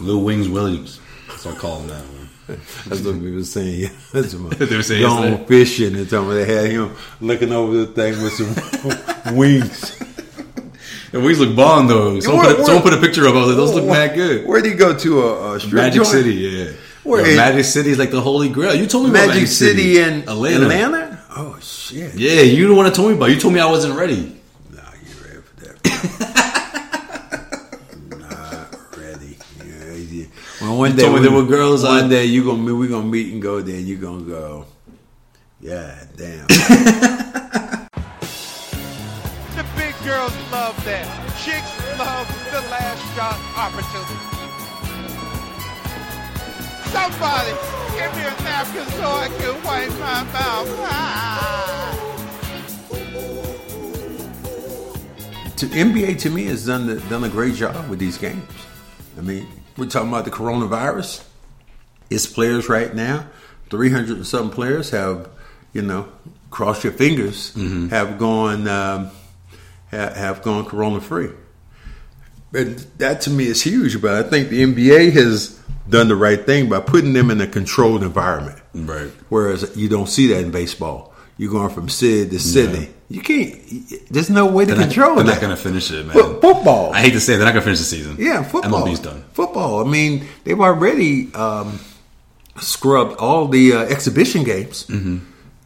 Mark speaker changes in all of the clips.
Speaker 1: Lil Wings Williams. That's what I call him now.
Speaker 2: That's what we were saying. Yeah, that's what
Speaker 1: They were saying
Speaker 2: Gone
Speaker 1: yesterday.
Speaker 2: fishing and something. They had him looking over the thing with some wings.
Speaker 1: And wings look bomb though. Someone,
Speaker 2: Where-
Speaker 1: put, a, someone
Speaker 2: where-
Speaker 1: put a picture up. I was like, those look
Speaker 2: Where-
Speaker 1: mad good.
Speaker 2: Where'd he go to a, a strip
Speaker 1: Magic
Speaker 2: joint?
Speaker 1: City, yeah.
Speaker 2: Where-
Speaker 1: Yo, Magic City is like the holy grail. You told me about
Speaker 2: Magic, City, in
Speaker 1: Atlanta.
Speaker 2: Atlanta. Oh shit!
Speaker 1: Yeah, you don't want to tell me about. it. You told me I wasn't ready.
Speaker 2: Nah, you ready for that? Not ready. Yeah, yeah. Well, one
Speaker 1: You
Speaker 2: day
Speaker 1: told me
Speaker 2: we-
Speaker 1: there were girls
Speaker 2: One
Speaker 1: I-
Speaker 2: day you gonna meet. We gonna meet and go there. You gonna go. Yeah, damn.
Speaker 3: The big girls love that. Chicks love the last shot opportunity. Somebody, give me a napkin so I can wipe my mouth. Ah.
Speaker 2: to NBA to me has done the, done a great job with these games. I mean, we're talking about the coronavirus. It's players right now. Three hundred and something players have, you know, cross your fingers, have gone um, have, have gone corona free. And that to me is huge. But I think the NBA has done the right thing by putting them in a controlled environment.
Speaker 1: Right.
Speaker 2: Whereas you don't see that in baseball. You're going from Sid to Sydney. You can't. There's no way to
Speaker 1: They're not,
Speaker 2: control
Speaker 1: they're
Speaker 2: that.
Speaker 1: not gonna finish it, man.
Speaker 2: Fo- football.
Speaker 1: I hate to say it, they're not gonna finish the season.
Speaker 2: Yeah, football.
Speaker 1: MLB's done.
Speaker 2: Football. I mean, they've already um, scrubbed all the uh, exhibition games,
Speaker 1: Mm-hmm.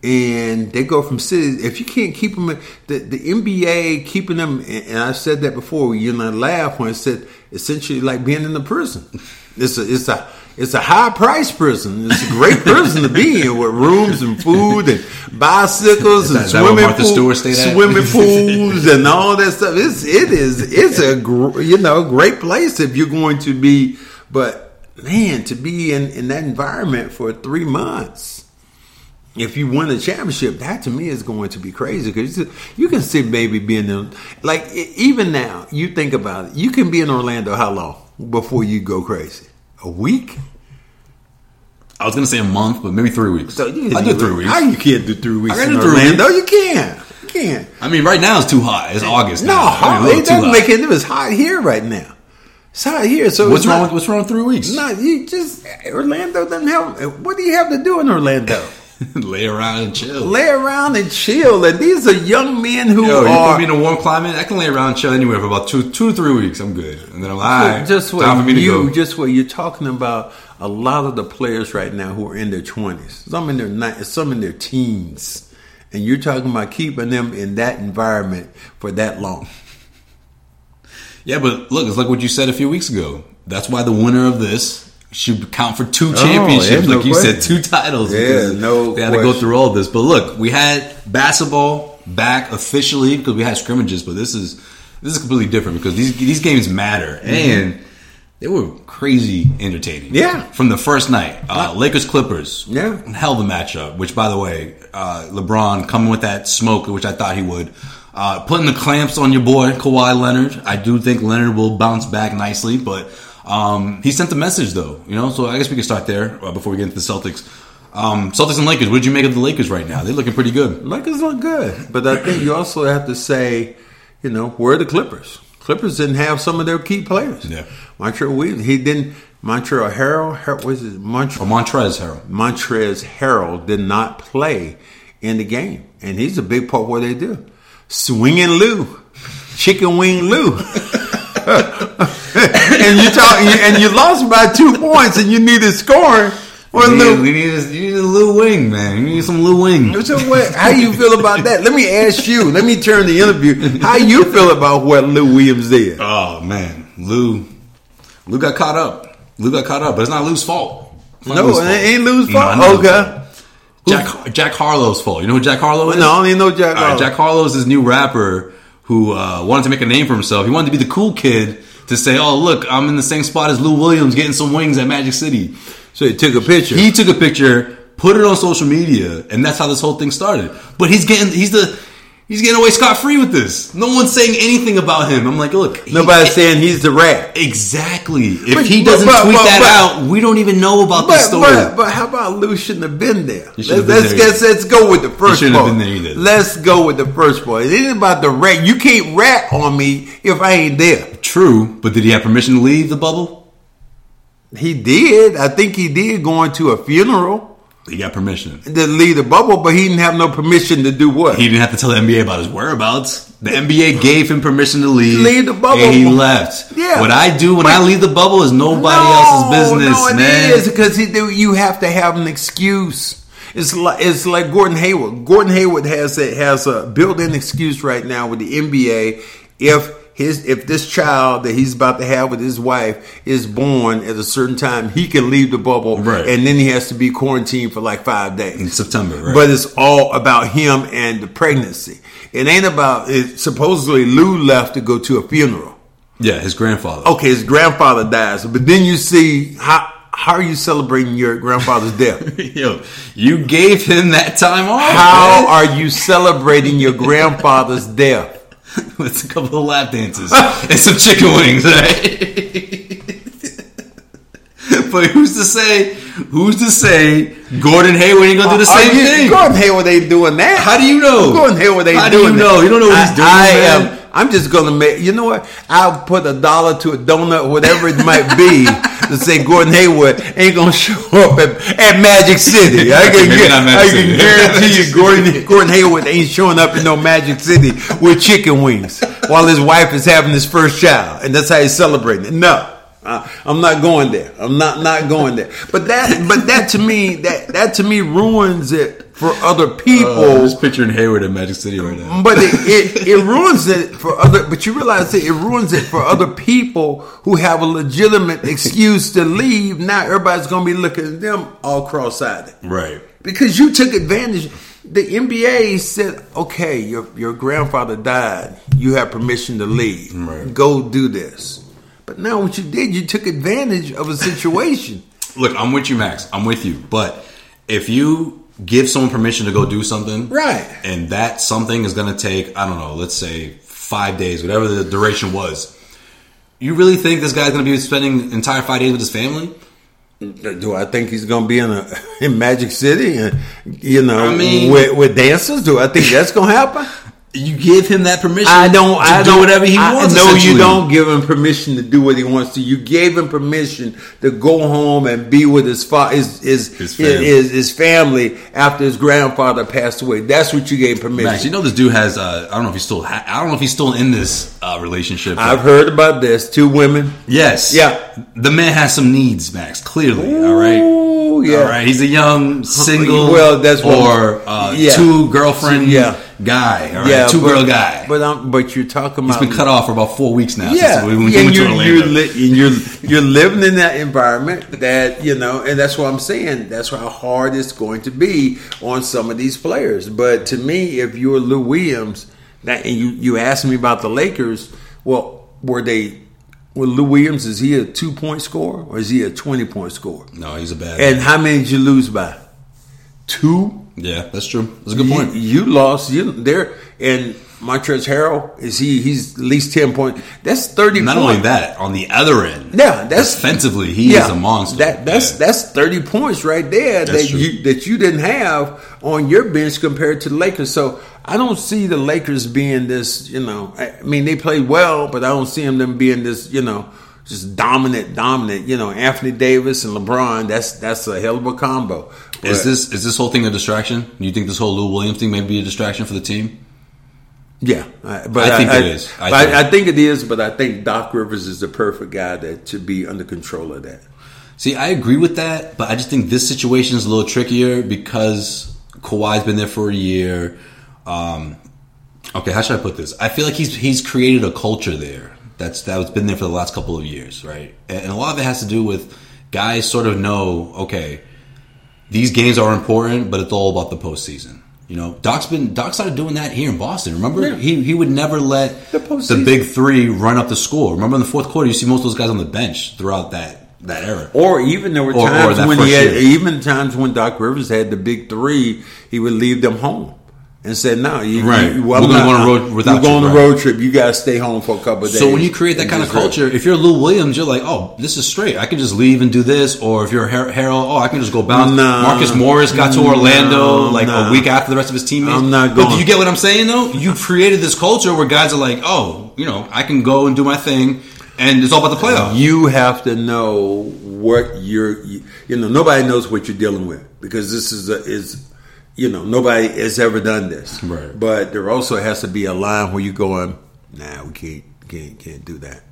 Speaker 2: and they go from cities. If you can't keep them, in- the, the NBA keeping them. And and I said that before. You and I laugh when I said essentially like being in a prison. It's a it's a it's a high price prison. It's a great prison to be in with rooms and food and bicycles
Speaker 1: Is
Speaker 2: and
Speaker 1: that- is that where
Speaker 2: swimming
Speaker 1: Martha Stewart
Speaker 2: pools,
Speaker 1: stayed at?
Speaker 2: swimming pools and all that stuff. It's it is it's a gr- you know great place if you're going to be, but man, to be in in that environment for three months. If you win a championship, that to me is going to be crazy because you can see maybe being in like e- even now. You think about it. You can be in Orlando how long before you go crazy? A week?
Speaker 1: I was gonna say a month, but maybe three weeks.
Speaker 2: So you
Speaker 1: I did three weeks.
Speaker 2: How you can't do three weeks
Speaker 1: I can
Speaker 2: in
Speaker 1: do three
Speaker 2: Orlando?
Speaker 1: weeks.
Speaker 2: You can't. You can't.
Speaker 1: I mean, right now it's too hot. It's August.
Speaker 2: No,
Speaker 1: now. I mean,
Speaker 2: hot.
Speaker 1: a little
Speaker 2: it
Speaker 1: too
Speaker 2: doesn't
Speaker 1: hot.
Speaker 2: make it. It's hot here right now. It's hot here. So
Speaker 1: What's
Speaker 2: it's
Speaker 1: wrong?
Speaker 2: not-
Speaker 1: With, what's wrong with three weeks?
Speaker 2: No, you just Orlando doesn't have. What do you have to do in Orlando?
Speaker 1: Lay around and chill.
Speaker 2: Lay around and chill. And these are young men who
Speaker 1: Yo, you put
Speaker 2: are
Speaker 1: me in a warm climate, I can lay around and chill anywhere for about two, two to three weeks. I'm good, and then I'm like,
Speaker 2: just what
Speaker 1: time for me to
Speaker 2: you
Speaker 1: go.
Speaker 2: just what you're talking about. A lot of the players right now who are in their twenties, some in their ni- some in their teens, and you're talking about keeping them in that environment for that long.
Speaker 1: yeah, but look, it's like what you said a few weeks ago. That's why the winner of this should count for two championships,
Speaker 2: there's Oh, no
Speaker 1: like you said,
Speaker 2: question.
Speaker 1: two titles.
Speaker 2: Yeah,
Speaker 1: because
Speaker 2: no
Speaker 1: They had to go
Speaker 2: question.
Speaker 1: through all this, but look, we had basketball back officially because we had scrimmages, but this is this is completely different because these these games matter and. They were crazy entertaining.
Speaker 2: Mm-hmm. Yeah.
Speaker 1: From the first night, uh, Lakers Clippers.
Speaker 2: Yeah.
Speaker 1: Hell of a matchup, which, by the way, uh, LeBron coming with that smoke, which I thought he would. Uh, putting the clamps on your boy, Kawhi Leonard. I do think Leonard will bounce back nicely, but um, he sent the message, though, you know? So I guess we can start there uh, before we get into the Celtics. Um, Celtics and Lakers, what did you make of the Lakers right now? They're looking pretty good.
Speaker 2: Lakers look good, but I think you also have to say, you know, where are the Clippers? Clippers didn't have some of their key players.
Speaker 1: Yeah.
Speaker 2: Montreal Williams, he didn't. Montreal Harrell, Har- what is it?
Speaker 1: Or
Speaker 2: Montreal
Speaker 1: Montrez Harrell.
Speaker 2: Montrez Harrell did not play in the game, and he's a big part of what they do. Swinging Lou, chicken wing Lou. and you talk, and you lost by two points, and you needed scoring. Well,
Speaker 1: We
Speaker 2: Lou,
Speaker 1: need, we need, a, you need a Lou Wing, man. You need some Lou Wing.
Speaker 2: so what? How you feel about that? Let me ask you. Let me turn the interview. How you feel about what Lou Williams did?
Speaker 1: Oh man, Lou, Lou got caught up. Lou got caught up, but it's not Lou's fault. It's not
Speaker 2: No,
Speaker 1: Lou's
Speaker 2: it
Speaker 1: fault.
Speaker 2: ain't Lou's
Speaker 1: No, I
Speaker 2: fault.
Speaker 1: know Lou's
Speaker 2: okay.
Speaker 1: fault. Jack Jack Harlow's fault. You know who Jack Harlow is?
Speaker 2: No, I don't even know Jack.
Speaker 1: All right, Jack Harlow's this new rapper who uh, wanted to make a name for himself. He wanted to be the cool kid to say, "Oh, look, I'm in the same spot as Lou Williams getting some wings at Magic City."
Speaker 2: So he took a picture.
Speaker 1: He took a picture, put it on social media, and that's how this whole thing started. But he's getting he's the he's getting away scot free with this. No one's saying anything about him. I'm like, look, he-
Speaker 2: Nobody's saying he's the rat.
Speaker 1: exactly. If
Speaker 2: But-
Speaker 1: he
Speaker 2: but-
Speaker 1: doesn't
Speaker 2: but-
Speaker 1: tweet
Speaker 2: but-
Speaker 1: that
Speaker 2: but-
Speaker 1: out, we don't even know about
Speaker 2: But,
Speaker 1: this story.
Speaker 2: but, but how about Lou shouldn't have been there?
Speaker 1: He
Speaker 2: Let's,
Speaker 1: shouldn't have
Speaker 2: let's,
Speaker 1: been there
Speaker 2: let's, let's go with the first
Speaker 1: shouldn't have
Speaker 2: part.
Speaker 1: been there either.
Speaker 2: Let's go with the first part. It ain't about the rat. You can't rat on me if I ain't there.
Speaker 1: True, but did he have permission to leave the bubble?
Speaker 2: He did. I think he did going to a funeral
Speaker 1: He got permission.
Speaker 2: to leave the bubble, but he didn't have no permission to do what?
Speaker 1: He didn't have to tell the NBA about his whereabouts. The NBA gave him permission to leave.
Speaker 2: Leave the bubble.
Speaker 1: And he left.
Speaker 2: Yeah.
Speaker 1: What I do when I leave the bubble is nobody else's business,
Speaker 2: no, it
Speaker 1: man.
Speaker 2: is, because he, you have to have an excuse. It's like it's like Gordon Hayward. Gordon Hayward has a, has a built-in excuse right now with the NBA if his if this child that he's about to have with his wife is born at a certain time, he can leave the bubble,
Speaker 1: Right.
Speaker 2: and then he has to be quarantined for like five days
Speaker 1: In September, right.
Speaker 2: But it's all about him and the pregnancy. It ain't about. It, supposedly, Lou left to go to a funeral
Speaker 1: yeah, his grandfather.
Speaker 2: okay, his grandfather dies, but then you see how how are you celebrating your grandfather's death?
Speaker 1: Yo, you gave him that time off.
Speaker 2: How
Speaker 1: man.
Speaker 2: are you celebrating your grandfather's death?
Speaker 1: With a couple of lap dances and some chicken wings, right? but who's to say? Who's to say Gordon Hayward ain't gonna do the same
Speaker 2: Uh, are you,
Speaker 1: thing?
Speaker 2: Gordon Hayward ain't doing that.
Speaker 1: How do you know?
Speaker 2: Gordon Hayward ain't
Speaker 1: How do you
Speaker 2: doing that.
Speaker 1: know? You don't know what he's doing,
Speaker 2: I, I
Speaker 1: man.
Speaker 2: am. I'm just gonna make. You know what? I'll put a dollar to a donut, whatever it might be, to say Gordon Hayward ain't gonna show up at, at Magic City. I can,
Speaker 1: Maybe
Speaker 2: gu-
Speaker 1: not Magic
Speaker 2: I
Speaker 1: City.
Speaker 2: can guarantee you, Gordon Gordon Hayward ain't showing up in no Magic City with chicken wings while his wife is having his first child, and that's how he's celebrating it. No. Uh, I'm not going there. I'm not not going there. But that, but that to me, that that to me ruins it for other people.
Speaker 1: Oh, I'm just picturing Hayward in Magic City right now.
Speaker 2: But it, it, it ruins it for other. But you realize that it ruins it for other people who have a legitimate excuse to leave. Now everybody's going to be looking at them all cross-eyed
Speaker 1: Right.
Speaker 2: because you took advantage. The NBA said, "Okay, your your grandfather died. You have permission to leave.
Speaker 1: Right.
Speaker 2: Go do this." But now what you did, you took advantage of a situation.
Speaker 1: Look, I'm with you, Max. I'm with you. But if you give someone permission to go do something,
Speaker 2: Right.
Speaker 1: and that something is going to take, I don't know, let's say five days, whatever the duration was. You really think this guy's going to be spending entire five days with his family?
Speaker 2: Do I think he's going to be in a in Magic City and you know
Speaker 1: I mean-
Speaker 2: with, with dancers? Do I think that's going to happen?
Speaker 1: You give him that permission.
Speaker 2: I don't.
Speaker 1: to
Speaker 2: I
Speaker 1: do
Speaker 2: don't,
Speaker 1: whatever he
Speaker 2: I-
Speaker 1: wants.
Speaker 2: No, you
Speaker 1: essentially.
Speaker 2: don't give him permission to do what he wants to. You gave him permission to go home and be with his father, his his
Speaker 1: His
Speaker 2: his,
Speaker 1: family.
Speaker 2: his, his family after his grandfather passed away. That's what you gave permission.
Speaker 1: Max, you know this dude has. Uh, I don't know if he's still. Ha- I don't know if he's still in this uh, relationship.
Speaker 2: I've heard about this. Two women.
Speaker 1: yes.
Speaker 2: Yeah.
Speaker 1: The man has some needs, Max. Clearly. all right.
Speaker 2: Ooh, yeah.
Speaker 1: All right, he's a young single
Speaker 2: Well, that's what-
Speaker 1: or uh,
Speaker 2: yeah.
Speaker 1: two girlfriend
Speaker 2: Yeah.
Speaker 1: guy, all right,
Speaker 2: Yeah,
Speaker 1: two
Speaker 2: but-
Speaker 1: girl guy.
Speaker 2: But I'm, but you're talking
Speaker 1: he's
Speaker 2: about
Speaker 1: been cut off for about four weeks now.
Speaker 2: Yeah,
Speaker 1: since we went-
Speaker 2: and
Speaker 1: went to
Speaker 2: you're,
Speaker 1: Orlando.
Speaker 2: you're, li- and you're you're living in that environment that you know, and that's what I'm saying. That's how hard it's going to be on some of these players. But to me, if you're Lou Williams, that and you you asked me about the Lakers, well, were they? Well, Lou Williams is he a two point scorer or is he a twenty point scorer?
Speaker 1: no, he's a bad.
Speaker 2: And how many did you lose by? Two.
Speaker 1: yeah, that's true. That's a good
Speaker 2: You-
Speaker 1: point.
Speaker 2: You, lost. You there and. Montrezl Harrell is he? He's at least ten point. That's thirty.
Speaker 1: Not
Speaker 2: points.
Speaker 1: only that, on the other end,
Speaker 2: Yeah, that's
Speaker 1: defensively, he is a monster.
Speaker 2: That that's
Speaker 1: Yeah.
Speaker 2: that's thirty points right there
Speaker 1: That's
Speaker 2: that
Speaker 1: true.
Speaker 2: you that you didn't have on your bench compared to the Lakers. So I don't see the Lakers being this. You know, I I mean they played well, but I don't see them them being this. You know, just dominant, dominant. You know, Anthony Davis and LeBron. That's that's a hell of a combo.
Speaker 1: Is
Speaker 2: But-
Speaker 1: this is this whole thing a distraction? Do you think this whole Lou Williams thing may be a distraction for the team?
Speaker 2: Yeah, I- but
Speaker 1: I
Speaker 2: I
Speaker 1: think
Speaker 2: I,
Speaker 1: it is. I
Speaker 2: but I
Speaker 1: do.
Speaker 2: I think it is, but I think Doc Rivers is the perfect guy that to be under control of that.
Speaker 1: See, I agree with that, but I just think this situation is a little trickier because Kawhi's been there for a year. Um, okay, how should I put this? I feel like he's he's created a culture there that's that's been there for the last couple of years, right? And, and a lot of it has to do with guys sort of know, okay, these games are important, but it's all about the postseason. You know, Doc's been Doc started doing that here in Boston. Remember,
Speaker 2: Yeah.
Speaker 1: he he would never let
Speaker 2: The
Speaker 1: the,
Speaker 2: postseason.
Speaker 1: big three run up the score. Remember, in the fourth quarter, you see most of those guys on the bench throughout that that era.
Speaker 2: Or even there were
Speaker 1: Or- or
Speaker 2: times
Speaker 1: that
Speaker 2: when he
Speaker 1: first
Speaker 2: had,
Speaker 1: year.
Speaker 2: even times when Doc Rivers had the big three, he would leave them home and said, "No, you,
Speaker 1: Right.
Speaker 2: you,
Speaker 1: We're gonna
Speaker 2: not-
Speaker 1: go on a road without
Speaker 2: We're going
Speaker 1: you,
Speaker 2: on a
Speaker 1: right.
Speaker 2: road trip. You guys stay home for a couple of days."
Speaker 1: So when you create that kind of
Speaker 2: and just
Speaker 1: culture, if you're Lou Williams, you're like, oh, this is straight. I can just leave and do this. Or if you're Har- Harold, oh, I can just go bounce.
Speaker 2: Nah.
Speaker 1: Marcus Morris got to Orlando
Speaker 2: Nah,
Speaker 1: like
Speaker 2: nah.
Speaker 1: a week after the rest of his teammates.
Speaker 2: I'm not
Speaker 1: But do
Speaker 2: going.
Speaker 1: you get what I'm saying though? You created this culture where guys are like, oh, you know, I can go and do my thing, and it's all about the playoffs.
Speaker 2: You have to know what you're. You, you know, nobody knows what you're dealing with because this is a, is. You know, nobody has ever done this.
Speaker 1: Right.
Speaker 2: But there also has to be a line where you're going. Nah, we can't can't can't do that.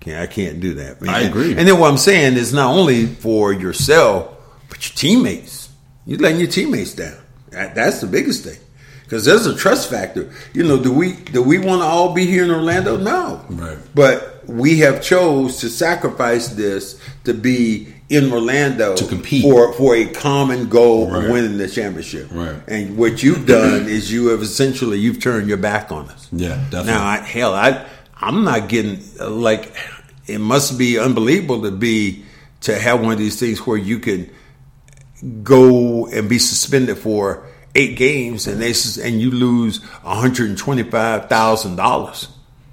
Speaker 2: Can't, I can't do that.
Speaker 1: I agree.
Speaker 2: And then what I'm saying is not only for yourself, but your teammates. You're letting your teammates down. That, that's the biggest thing. Because there's a trust factor. You know, do we do we want to all be here in Orlando? No.
Speaker 1: Right.
Speaker 2: But we have chose to sacrifice this to be in Orlando to
Speaker 1: compete.
Speaker 2: for for a common goal of
Speaker 1: Right.
Speaker 2: winning the championship.
Speaker 1: Right.
Speaker 2: And what you've done is you have essentially you've turned your back on us.
Speaker 1: Yeah, definitely.
Speaker 2: Now, I, hell, I I'm not getting uh, like it must be unbelievable to be to have one of these things where you can go and be suspended for eight games and they sus- and you lose one hundred and twenty five thousand dollars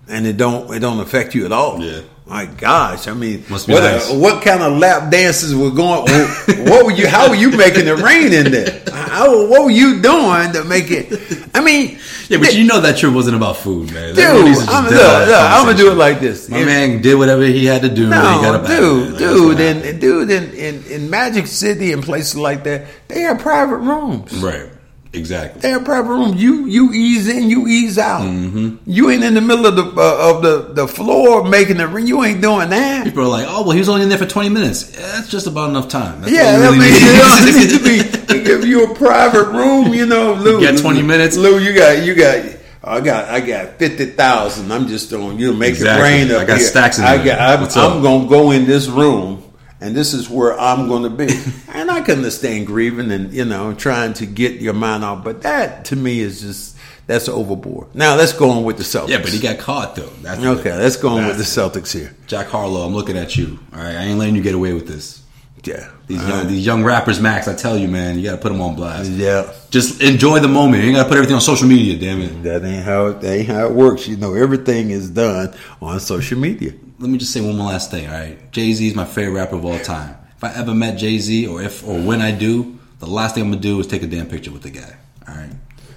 Speaker 2: and it don't it don't affect you at all.
Speaker 1: Yeah.
Speaker 2: My gosh, I mean,
Speaker 1: Must be
Speaker 2: what,
Speaker 1: nice.
Speaker 2: what kind of lap dances were going? What were you? How were you making it rain in there? How, what were you doing to make it? I mean,
Speaker 1: Yeah, but
Speaker 2: th-
Speaker 1: you know that trip wasn't about food, man.
Speaker 2: Dude,
Speaker 1: Everyone needs to just
Speaker 2: I'm,
Speaker 1: dead out
Speaker 2: look, look,
Speaker 1: that
Speaker 2: I'm gonna do it
Speaker 1: conversation.
Speaker 2: like this.
Speaker 1: My
Speaker 2: If-
Speaker 1: man did whatever he had to do. when he got
Speaker 2: no,
Speaker 1: up out
Speaker 2: dude,
Speaker 1: of there. Like, that's what
Speaker 2: dude,
Speaker 1: happened.
Speaker 2: and dude, in, in in Magic City and places like that, they have private rooms.
Speaker 1: right, exactly.
Speaker 2: They have private rooms. You you ease in, you ease out.
Speaker 1: Mm-hmm.
Speaker 2: You ain't in the middle of the uh, of the the floor making the. ring. You ain't doing that.
Speaker 1: People are like, oh, well, he was only in there for 20 minutes. Yeah, That's just about enough time. That's
Speaker 2: Yeah,
Speaker 1: all
Speaker 2: that
Speaker 1: we need.
Speaker 2: means you don't need to be. They give you a private room, you know, Lou.
Speaker 1: You got 20 minutes.
Speaker 2: Lou. You got you got. oh, I got I got fifty thousand. I'm just throwing you know, make
Speaker 1: Exactly.
Speaker 2: it rain up
Speaker 1: I got
Speaker 2: here.
Speaker 1: stacks in
Speaker 2: I
Speaker 1: there.
Speaker 2: got. I'm,
Speaker 1: What's up?
Speaker 2: I'm gonna go in this room, and this is where I'm gonna be. and I can understand grieving and you know trying to get your mind off, but that to me is just that's overboard. Now let's go on with the Celtics.
Speaker 1: Yeah, but he got caught, though. That's the
Speaker 2: okay.
Speaker 1: thing.
Speaker 2: Let's go on with the
Speaker 1: That's-
Speaker 2: Celtics here.
Speaker 1: Jack Harlow, I'm looking at you. All right, I ain't letting you get away with this.
Speaker 2: Yeah.
Speaker 1: These young, these young rappers, Max, I tell you, man, you got to put them on blast.
Speaker 2: yeah.
Speaker 1: Just enjoy the moment. You ain't got to put everything on social media, damn it.
Speaker 2: That ain't how it, that ain't how it works. You know, everything is done on social media.
Speaker 1: Let me just say one more last thing, all right? Jay Z is my favorite rapper of all time. If I ever met Jay Z or if or when I do, the last thing I'm going to do is take a damn picture with the guy. All right?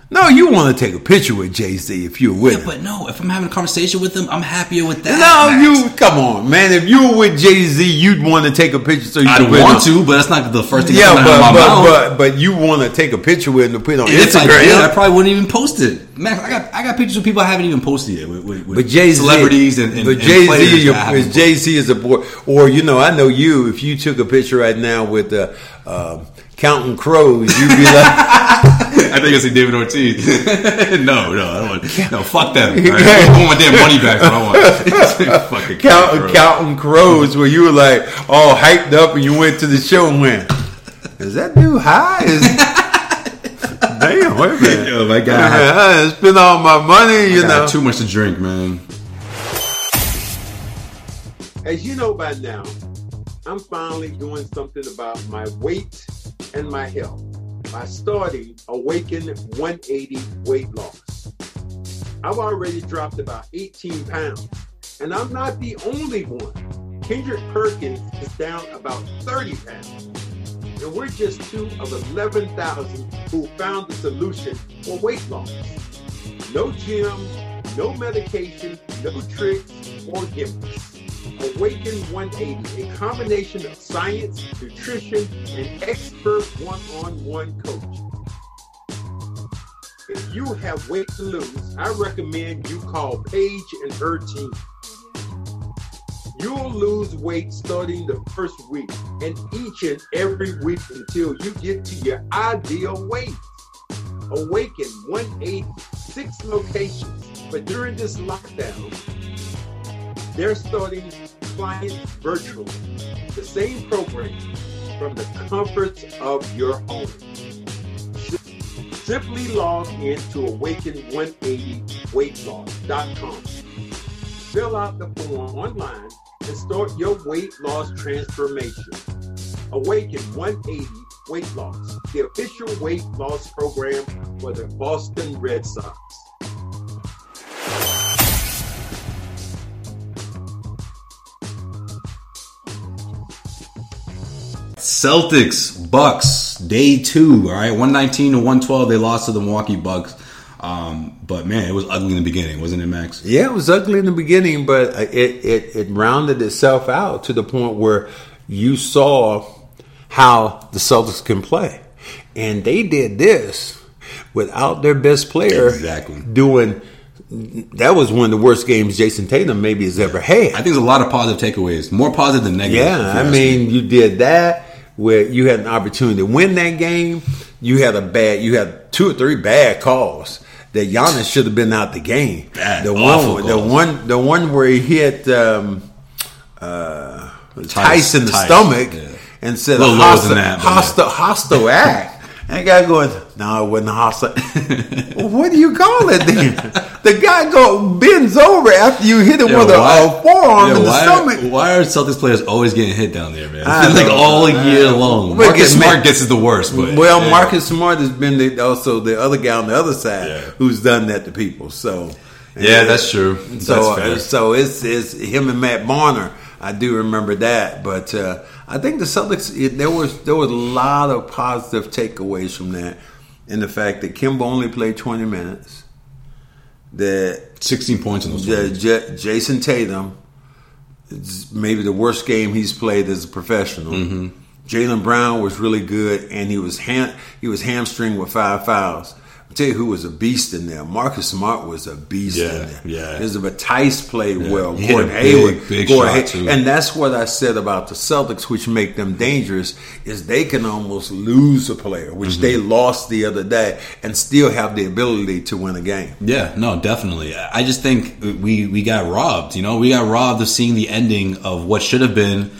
Speaker 2: No, you want to take a picture with Jay Z if you're with
Speaker 1: Yeah,
Speaker 2: him.
Speaker 1: but no, if I'm having a conversation with him, I'm happier with that.
Speaker 2: No,
Speaker 1: Max.
Speaker 2: you come on, man. If you were with Jay Z, you'd want to take a picture. So you
Speaker 1: I
Speaker 2: can put it
Speaker 1: want
Speaker 2: on-
Speaker 1: to, but that's not the first thing.
Speaker 2: Yeah,
Speaker 1: that's coming out of
Speaker 2: but
Speaker 1: my
Speaker 2: but,
Speaker 1: mouth.
Speaker 2: but but you want to take a picture with him to put it on
Speaker 1: And if I
Speaker 2: Instagram.
Speaker 1: did, I probably wouldn't even post it. Max, I got I got pictures of people I haven't even posted yet with, with, with
Speaker 2: But Jay Z,
Speaker 1: celebrities and, and
Speaker 2: but
Speaker 1: and
Speaker 2: Jay
Speaker 1: players
Speaker 2: Z,
Speaker 1: that I
Speaker 2: is
Speaker 1: haven't
Speaker 2: Jay Z is a boy, or you know, I know you. If you took a picture right now with uh, um counting crows, you'd be like,
Speaker 1: posted. I think I see David Ortiz. no, no, I don't want. No, fuck them. all right? I want my damn money back. What I want. Fucking
Speaker 2: count,
Speaker 1: bro.
Speaker 2: counting crows where you were like all hyped up and you went to the show and went, is that dude high? Is, damn, wait a minute.
Speaker 1: Yo, my God.
Speaker 2: I spent all my money, you
Speaker 1: I
Speaker 2: know.
Speaker 1: had too much to drink, man.
Speaker 2: As you know by now, I'm finally doing something about my weight and my health by starting Awaken 180 Weight Loss. I've already dropped about 18 pounds, and I'm not the only one. Kendrick Perkins is down about 30 pounds. And we're just two of 11,000 who found the solution for weight loss. No gym, no medication, no tricks or gimmicks. Awaken 180, a combination of science, nutrition, and expert one on one coaching. If you have weight to lose, I recommend you call Paige and her team. You'll lose weight starting the first week and each and every week until you get to your ideal weight. Awaken 180, six locations. But during this lockdown, they're starting clients virtually, the same program from the comforts of your home.
Speaker 4: Simply log in to awaken180weightloss.com. Fill out the form online and start your weight loss transformation. Awaken 180 Weight Loss, the official weight loss program for the Boston Red Sox.
Speaker 1: Celtics, Bucks, day two. All right, one nineteen to one twelve. They lost to the Milwaukee Bucks. Um, but man, it was ugly in the beginning, wasn't it, Max?
Speaker 2: Yeah, it was ugly in the beginning, but it, it, it rounded itself out to the point where you saw how the Celtics can play. And they did this without their best player
Speaker 1: Exactly.
Speaker 2: doing that was one of the worst games Jason Tatum maybe has ever had.
Speaker 1: I think there's a lot of positive takeaways, more positive than negative.
Speaker 2: Yeah,
Speaker 1: if you
Speaker 2: I
Speaker 1: ask
Speaker 2: mean, you did that where you had an opportunity to win that game. You had a bad, you had two or three bad calls that Giannis should have been out the game.
Speaker 1: Bad,
Speaker 2: the
Speaker 1: awful
Speaker 2: one, the
Speaker 1: calls.
Speaker 2: one, the one where he hit um, uh, Tice, in the
Speaker 1: Tice,
Speaker 2: stomach
Speaker 1: yeah.
Speaker 2: and said
Speaker 1: A
Speaker 2: a
Speaker 1: little lower
Speaker 2: hostile,
Speaker 1: than that, but
Speaker 2: hostile, hostile act. And the guy going, no, it wasn't a hostile. Well, what do you call it then? the guy go bends over after you hit him
Speaker 1: Yeah,
Speaker 2: with a
Speaker 1: why-
Speaker 2: uh, forearm
Speaker 1: yeah,
Speaker 2: in the
Speaker 1: why,
Speaker 2: stomach.
Speaker 1: Why are Celtics players always getting hit down there, man?
Speaker 2: I
Speaker 1: It's like
Speaker 2: don't
Speaker 1: all
Speaker 2: know.
Speaker 1: year long.
Speaker 2: We'll
Speaker 1: Marcus
Speaker 2: get
Speaker 1: Smart
Speaker 2: mad.
Speaker 1: gets it the worst, but
Speaker 2: Well,
Speaker 1: yeah.
Speaker 2: Marcus Smart has been the, also the other guy on the other side
Speaker 1: Yeah.
Speaker 2: who's done that to people. So
Speaker 1: Yeah, that's true.
Speaker 2: So
Speaker 1: That's fair.
Speaker 2: uh, so it's it's him and Matt Barner. I do remember that, but uh, I think the Celtics it, there was there was a lot of positive takeaways from that, in the fact that Kimba only played twenty minutes, that
Speaker 1: sixteen points in those.
Speaker 2: J-
Speaker 1: games.
Speaker 2: J- Jason Tatum, it's maybe the worst game he's played as a professional.
Speaker 1: Mm-hmm.
Speaker 2: Jalen Brown was really good, and he was ham- he was hamstring with five fouls. I tell you who was a beast in there. Marcus Smart was a beast
Speaker 1: Yeah,
Speaker 2: in there.
Speaker 1: yeah.
Speaker 2: Elizabeth Tice played well.
Speaker 1: He hit a
Speaker 2: Gordon
Speaker 1: big,
Speaker 2: Hayward,
Speaker 1: big
Speaker 2: Gordon
Speaker 1: shot,
Speaker 2: Hay-
Speaker 1: too.
Speaker 2: and that's what I said about the Celtics, which make them dangerous, is they can almost lose a player, which
Speaker 1: Mm-hmm.
Speaker 2: they lost the other day, and still have the ability to win a game.
Speaker 1: Yeah, no, definitely. I I just think we we got robbed. You know, we got robbed of seeing the ending of what should have been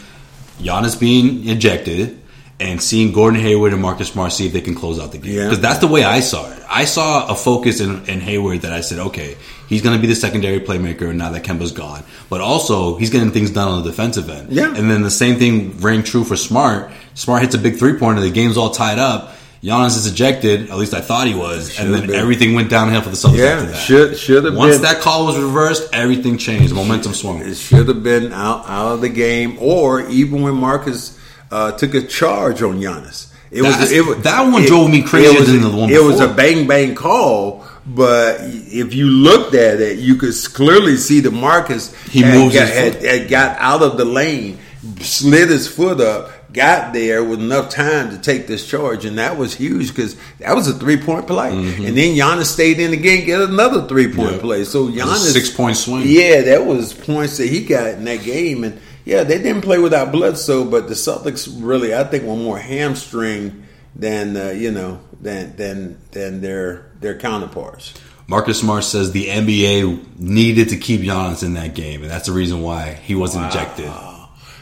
Speaker 1: Giannis being ejected and seeing Gordon Hayward and Marcus Smart see if they can close out the game.
Speaker 2: Yeah.
Speaker 1: Because that's the way I saw it. I saw a focus in, in Hayward that I said, okay, he's going to be the secondary playmaker now that Kemba's gone, but also he's getting things done on the defensive end.
Speaker 2: Yeah.
Speaker 1: And then the same thing rang true for Smart. Smart hits a big three pointer. The game's all tied up. Giannis is ejected. At least I thought he was. and
Speaker 2: Should've
Speaker 1: then
Speaker 2: been.
Speaker 1: everything went downhill for the Celtics. after
Speaker 2: Yeah,
Speaker 1: that.
Speaker 2: should should have
Speaker 1: Once
Speaker 2: been.
Speaker 1: that call was reversed, everything changed. The momentum swung.
Speaker 2: it should have been out out of the game, or even when Marcus uh, took a charge on Giannis. It
Speaker 1: That's-
Speaker 2: was, it was
Speaker 1: that one
Speaker 2: it-
Speaker 1: drove me crazier
Speaker 2: it was
Speaker 1: than
Speaker 2: a-
Speaker 1: the one
Speaker 2: It was a
Speaker 1: before.
Speaker 2: bang bang call, but if you looked at it, you could s- clearly see that Marcus
Speaker 1: He
Speaker 2: had,
Speaker 1: moves
Speaker 2: got,
Speaker 1: his foot.
Speaker 2: had, had got out of the lane, slid his foot up, got there with enough time to take this charge, and that was huge because that was a three point play. And then Giannis stayed in again, get another three point
Speaker 1: Mm-hmm. Yep.
Speaker 2: play. So
Speaker 1: It was
Speaker 2: Giannis
Speaker 1: a six point swing.
Speaker 2: yeah, that was points that he got in that game, and yeah, they didn't play without Bledsoe, but the Celtics really, I think, were more hamstring than uh, you know than than than their their counterparts.
Speaker 1: Marcus Smart says the NBA needed to keep Giannis in that game, and that's the reason why he wasn't ejected.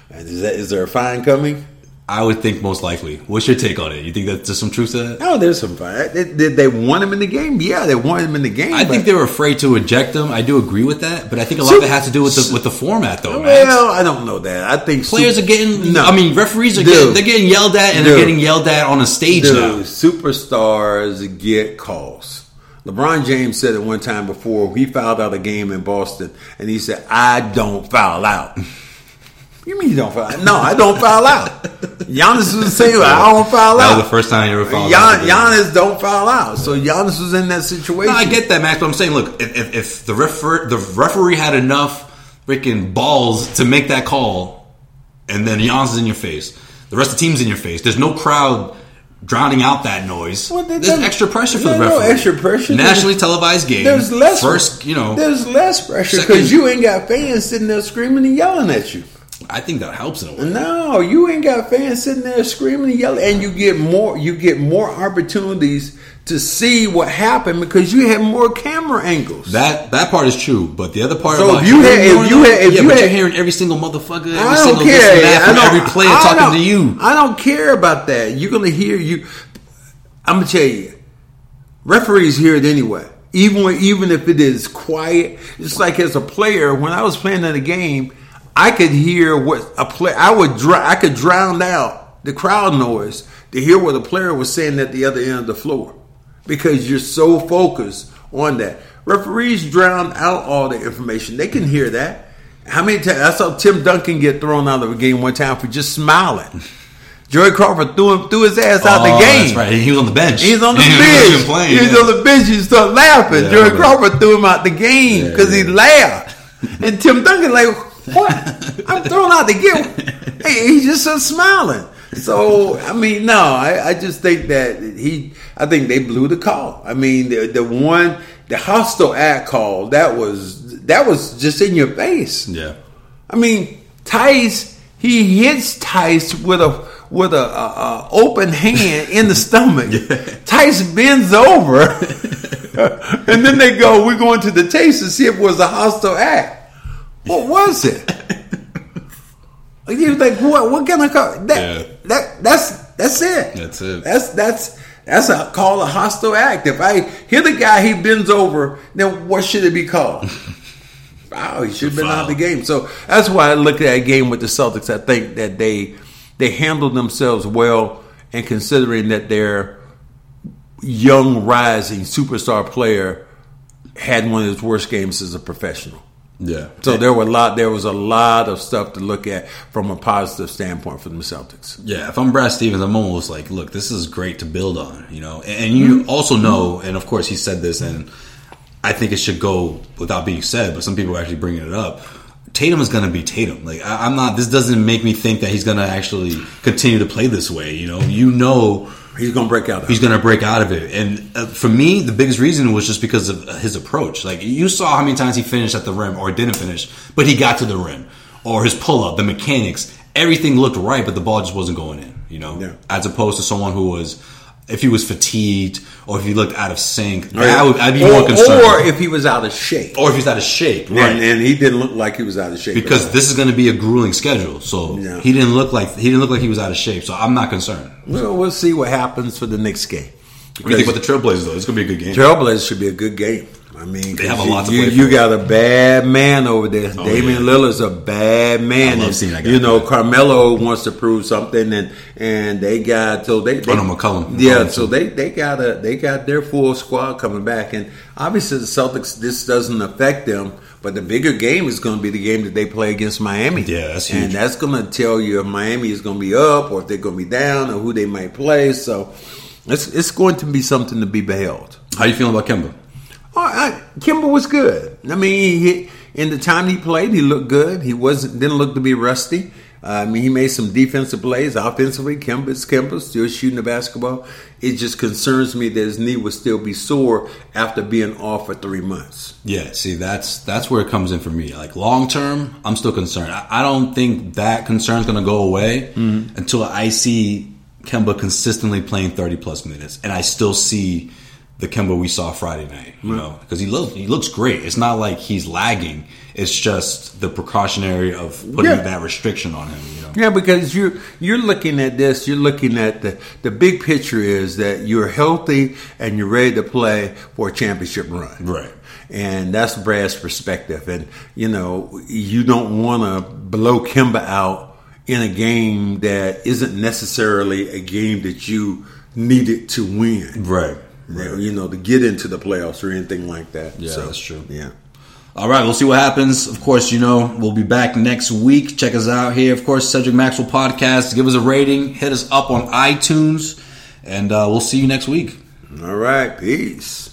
Speaker 2: And is that is there a fine coming?
Speaker 1: I would think most likely. What's your take on it? You think that there's some truth to that?
Speaker 2: No, there's some fine. Did, did they want him in the game? Yeah, they want him in the game.
Speaker 1: I think
Speaker 2: but-
Speaker 1: they were afraid to eject him. I do agree with that, but I think a lot of it has to do with the with the format, though. Max.
Speaker 2: Well, I don't know that. I think
Speaker 1: players are
Speaker 2: Sup-
Speaker 1: getting.
Speaker 2: No.
Speaker 1: I mean, referees are
Speaker 2: Dude.
Speaker 1: getting. They're getting yelled at, and they're
Speaker 2: Dude.
Speaker 1: getting yelled at on a stage now.
Speaker 2: Dude, superstars get calls. LeBron James said it one time before he fouled out a game in Boston, and he said, "I don't foul out." you mean you don't foul? out? No, I don't foul out. Giannis was saying, "I don't foul
Speaker 1: That
Speaker 2: out."
Speaker 1: was the first time I ever found.
Speaker 2: Gian- Giannis don't foul out. So Giannis was in that situation.
Speaker 1: No, I get that, Max. But I'm saying, look, if, if, if the refer- the referee had enough freaking balls to make that call, and then Giannis is in your face, the rest of the team's in your face. There's no crowd drowning out that noise.
Speaker 2: Well, that-
Speaker 1: there's
Speaker 2: that-
Speaker 1: extra pressure for
Speaker 2: no,
Speaker 1: the
Speaker 2: no,
Speaker 1: referee.
Speaker 2: extra pressure.
Speaker 1: Nationally
Speaker 2: There's-
Speaker 1: televised game.
Speaker 2: There's less
Speaker 1: first. You know,
Speaker 2: There's less pressure
Speaker 1: Second-
Speaker 2: because you ain't got fans sitting there screaming and yelling at you.
Speaker 1: I think that helps in a way.
Speaker 2: No, you ain't got fans sitting there screaming and yelling, and you get more. You get more opportunities to see what happened because you had more camera angles.
Speaker 1: That that part is true, but the other part.
Speaker 2: So
Speaker 1: about
Speaker 2: if you had-
Speaker 1: hearing
Speaker 2: if
Speaker 1: more
Speaker 2: you
Speaker 1: than-
Speaker 2: had- if
Speaker 1: yeah,
Speaker 2: you
Speaker 1: but
Speaker 2: had-
Speaker 1: you're hearing every single motherfucker, every
Speaker 2: I
Speaker 1: single
Speaker 2: don't
Speaker 1: this
Speaker 2: care.
Speaker 1: and that
Speaker 2: I
Speaker 1: from
Speaker 2: don't-
Speaker 1: every player
Speaker 2: I
Speaker 1: talking
Speaker 2: don't-
Speaker 1: to you.
Speaker 2: I don't care about that. You're gonna hear you. I'm gonna tell you. Referees hear it anyway. Even when, even if it is quiet, it's like as a player. When I was playing in a game, I could hear what a play. I would dr- I could drown out the crowd noise to hear what a player was saying at the other end of the floor because you're so focused on that. Referees drown out all the information. They can hear that. How many times I saw Tim Duncan get thrown out of a game one time for just smiling. Joey Crawford threw him threw his ass out
Speaker 1: Oh,
Speaker 2: the game.
Speaker 1: That's right. He was on the bench.
Speaker 2: He's on the
Speaker 1: He wasn't
Speaker 2: bench.
Speaker 1: even playing,
Speaker 2: He's
Speaker 1: yeah.
Speaker 2: on the bench. You start laughing.
Speaker 1: Yeah, I
Speaker 2: Jerry
Speaker 1: remember.
Speaker 2: Crawford threw him out the game
Speaker 1: Yeah,
Speaker 2: because he
Speaker 1: yeah.
Speaker 2: laughed. And Tim Duncan like, what? I'm thrown out the game. Hey, he's just so smiling. So I mean, no, I, I just think that he. I think they blew the call. I mean, the the one the hostile act call that was that was just in your face.
Speaker 1: Yeah.
Speaker 2: I mean, Tice he hits Tice with a with a, a, a open hand in the stomach. Tice bends over, and then they go, "We're going to the chase to see if it was a hostile act." What was it? Like, you think what? What kind of call? That,
Speaker 1: Yeah.
Speaker 2: that that's that's it.
Speaker 1: That's it.
Speaker 2: That's that's that's a call a hostile act. If I hit the guy, he bends over. Then what should it be called? Wow, he should have been out of the game. So that's why I look at that game with the Celtics. I think that they they handled themselves well, and considering that their young rising superstar player had one of his worst games as a professional.
Speaker 1: Yeah.
Speaker 2: So there were a lot. There was a lot of stuff to look at from a positive standpoint for the Celtics.
Speaker 1: Yeah, if I'm Brad Stevens, I'm almost like, look, this is great to build on, you know. And, and you also know, and of course he said this, and I think it should go without being said, but some people are actually bringing it up. Tatum is going to be Tatum. Like I, I'm not. This doesn't make me think that he's going to actually continue to play this way. You know, you know
Speaker 2: He's going to break out.
Speaker 1: he's going to break out of it. And uh, for me, the biggest reason was just because of uh, his approach. Like you saw how many times he finished at the rim or didn't finish, but he got to the rim or his pull up, the mechanics, everything looked right, but the ball just wasn't going in. You know,
Speaker 2: Yeah.
Speaker 1: as opposed to someone who was, if he was fatigued or if he looked out of sync,
Speaker 2: Right.
Speaker 1: I would, I'd be
Speaker 2: Oh, or,
Speaker 1: more concerned.
Speaker 2: Or if he was out of shape,
Speaker 1: or if he's out of shape, right?
Speaker 2: and, and he didn't look like he was out of shape at all.
Speaker 1: because this is going to be a grueling schedule, so
Speaker 2: Yeah.
Speaker 1: he didn't look like he didn't look like he was out of shape. So I'm not concerned.
Speaker 2: Well, we'll see what happens for the next game.
Speaker 1: What do you think about the Trailblazers though? It's going to be a good game.
Speaker 2: Trailblazers should be a good game. I mean,
Speaker 1: They have a
Speaker 2: you-
Speaker 1: lot to
Speaker 2: you,
Speaker 1: play
Speaker 2: You
Speaker 1: for.
Speaker 2: got a bad man over there.
Speaker 1: Oh,
Speaker 2: Damian
Speaker 1: yeah.
Speaker 2: Lillard's a bad man.
Speaker 1: I love
Speaker 2: and,
Speaker 1: seeing that guy.
Speaker 2: You know, Carmelo wants to prove something, and and they got so they. they
Speaker 1: Oh, no, McCollum.
Speaker 2: Yeah,
Speaker 1: McCollum,
Speaker 2: so
Speaker 1: too.
Speaker 2: they they got a they got their full squad coming back, and obviously the Celtics this doesn't affect them. But the bigger game is going to be the game that they play against Miami.
Speaker 1: Yeah, that's
Speaker 2: And
Speaker 1: huge.
Speaker 2: that's going to tell you if Miami is going to be up or if they're going to be down or who they might play. So it's it's going to be something to be beheld.
Speaker 1: How you feeling about Kemba?
Speaker 2: Oh, I, Kimball was good. I mean, he, in the time he played, he looked good. He wasn't didn't look to be rusty. Uh, I mean, he made some defensive plays offensively. Kimba's Kimba still shooting the basketball. It just concerns me that his knee would still be sore after being off for three months.
Speaker 1: Yeah, see, that's that's where it comes in for me. Like long term, I'm still concerned. I, I don't think that concern's going to go away
Speaker 2: Mm-hmm.
Speaker 1: until I see Kemba consistently playing 30 plus minutes, and I still see the Kemba we saw Friday night. You know, because he looks he looks great. It's not like he's lagging. It's just the precautionary of putting
Speaker 2: Yeah.
Speaker 1: that restriction on him. You know,
Speaker 2: Yeah, because you're you're looking at this. You're looking at the the big picture is that you're healthy and you're ready to play for a championship run.
Speaker 1: Right.
Speaker 2: And that's Brad's perspective. And you know, you don't want to blow Kimba out in a game that isn't necessarily a game that you needed to win.
Speaker 1: right,
Speaker 2: You know, to get into the playoffs or anything like that.
Speaker 1: Yeah,
Speaker 2: So,
Speaker 1: that's true.
Speaker 2: Yeah.
Speaker 1: All right, we'll see what happens. Of course, you know, we'll be back next week. Check us out here. Of course, Cedric Maxwell Podcast. Give us a rating. Hit us up on iTunes. And uh, we'll see you next week.
Speaker 2: All right. Peace.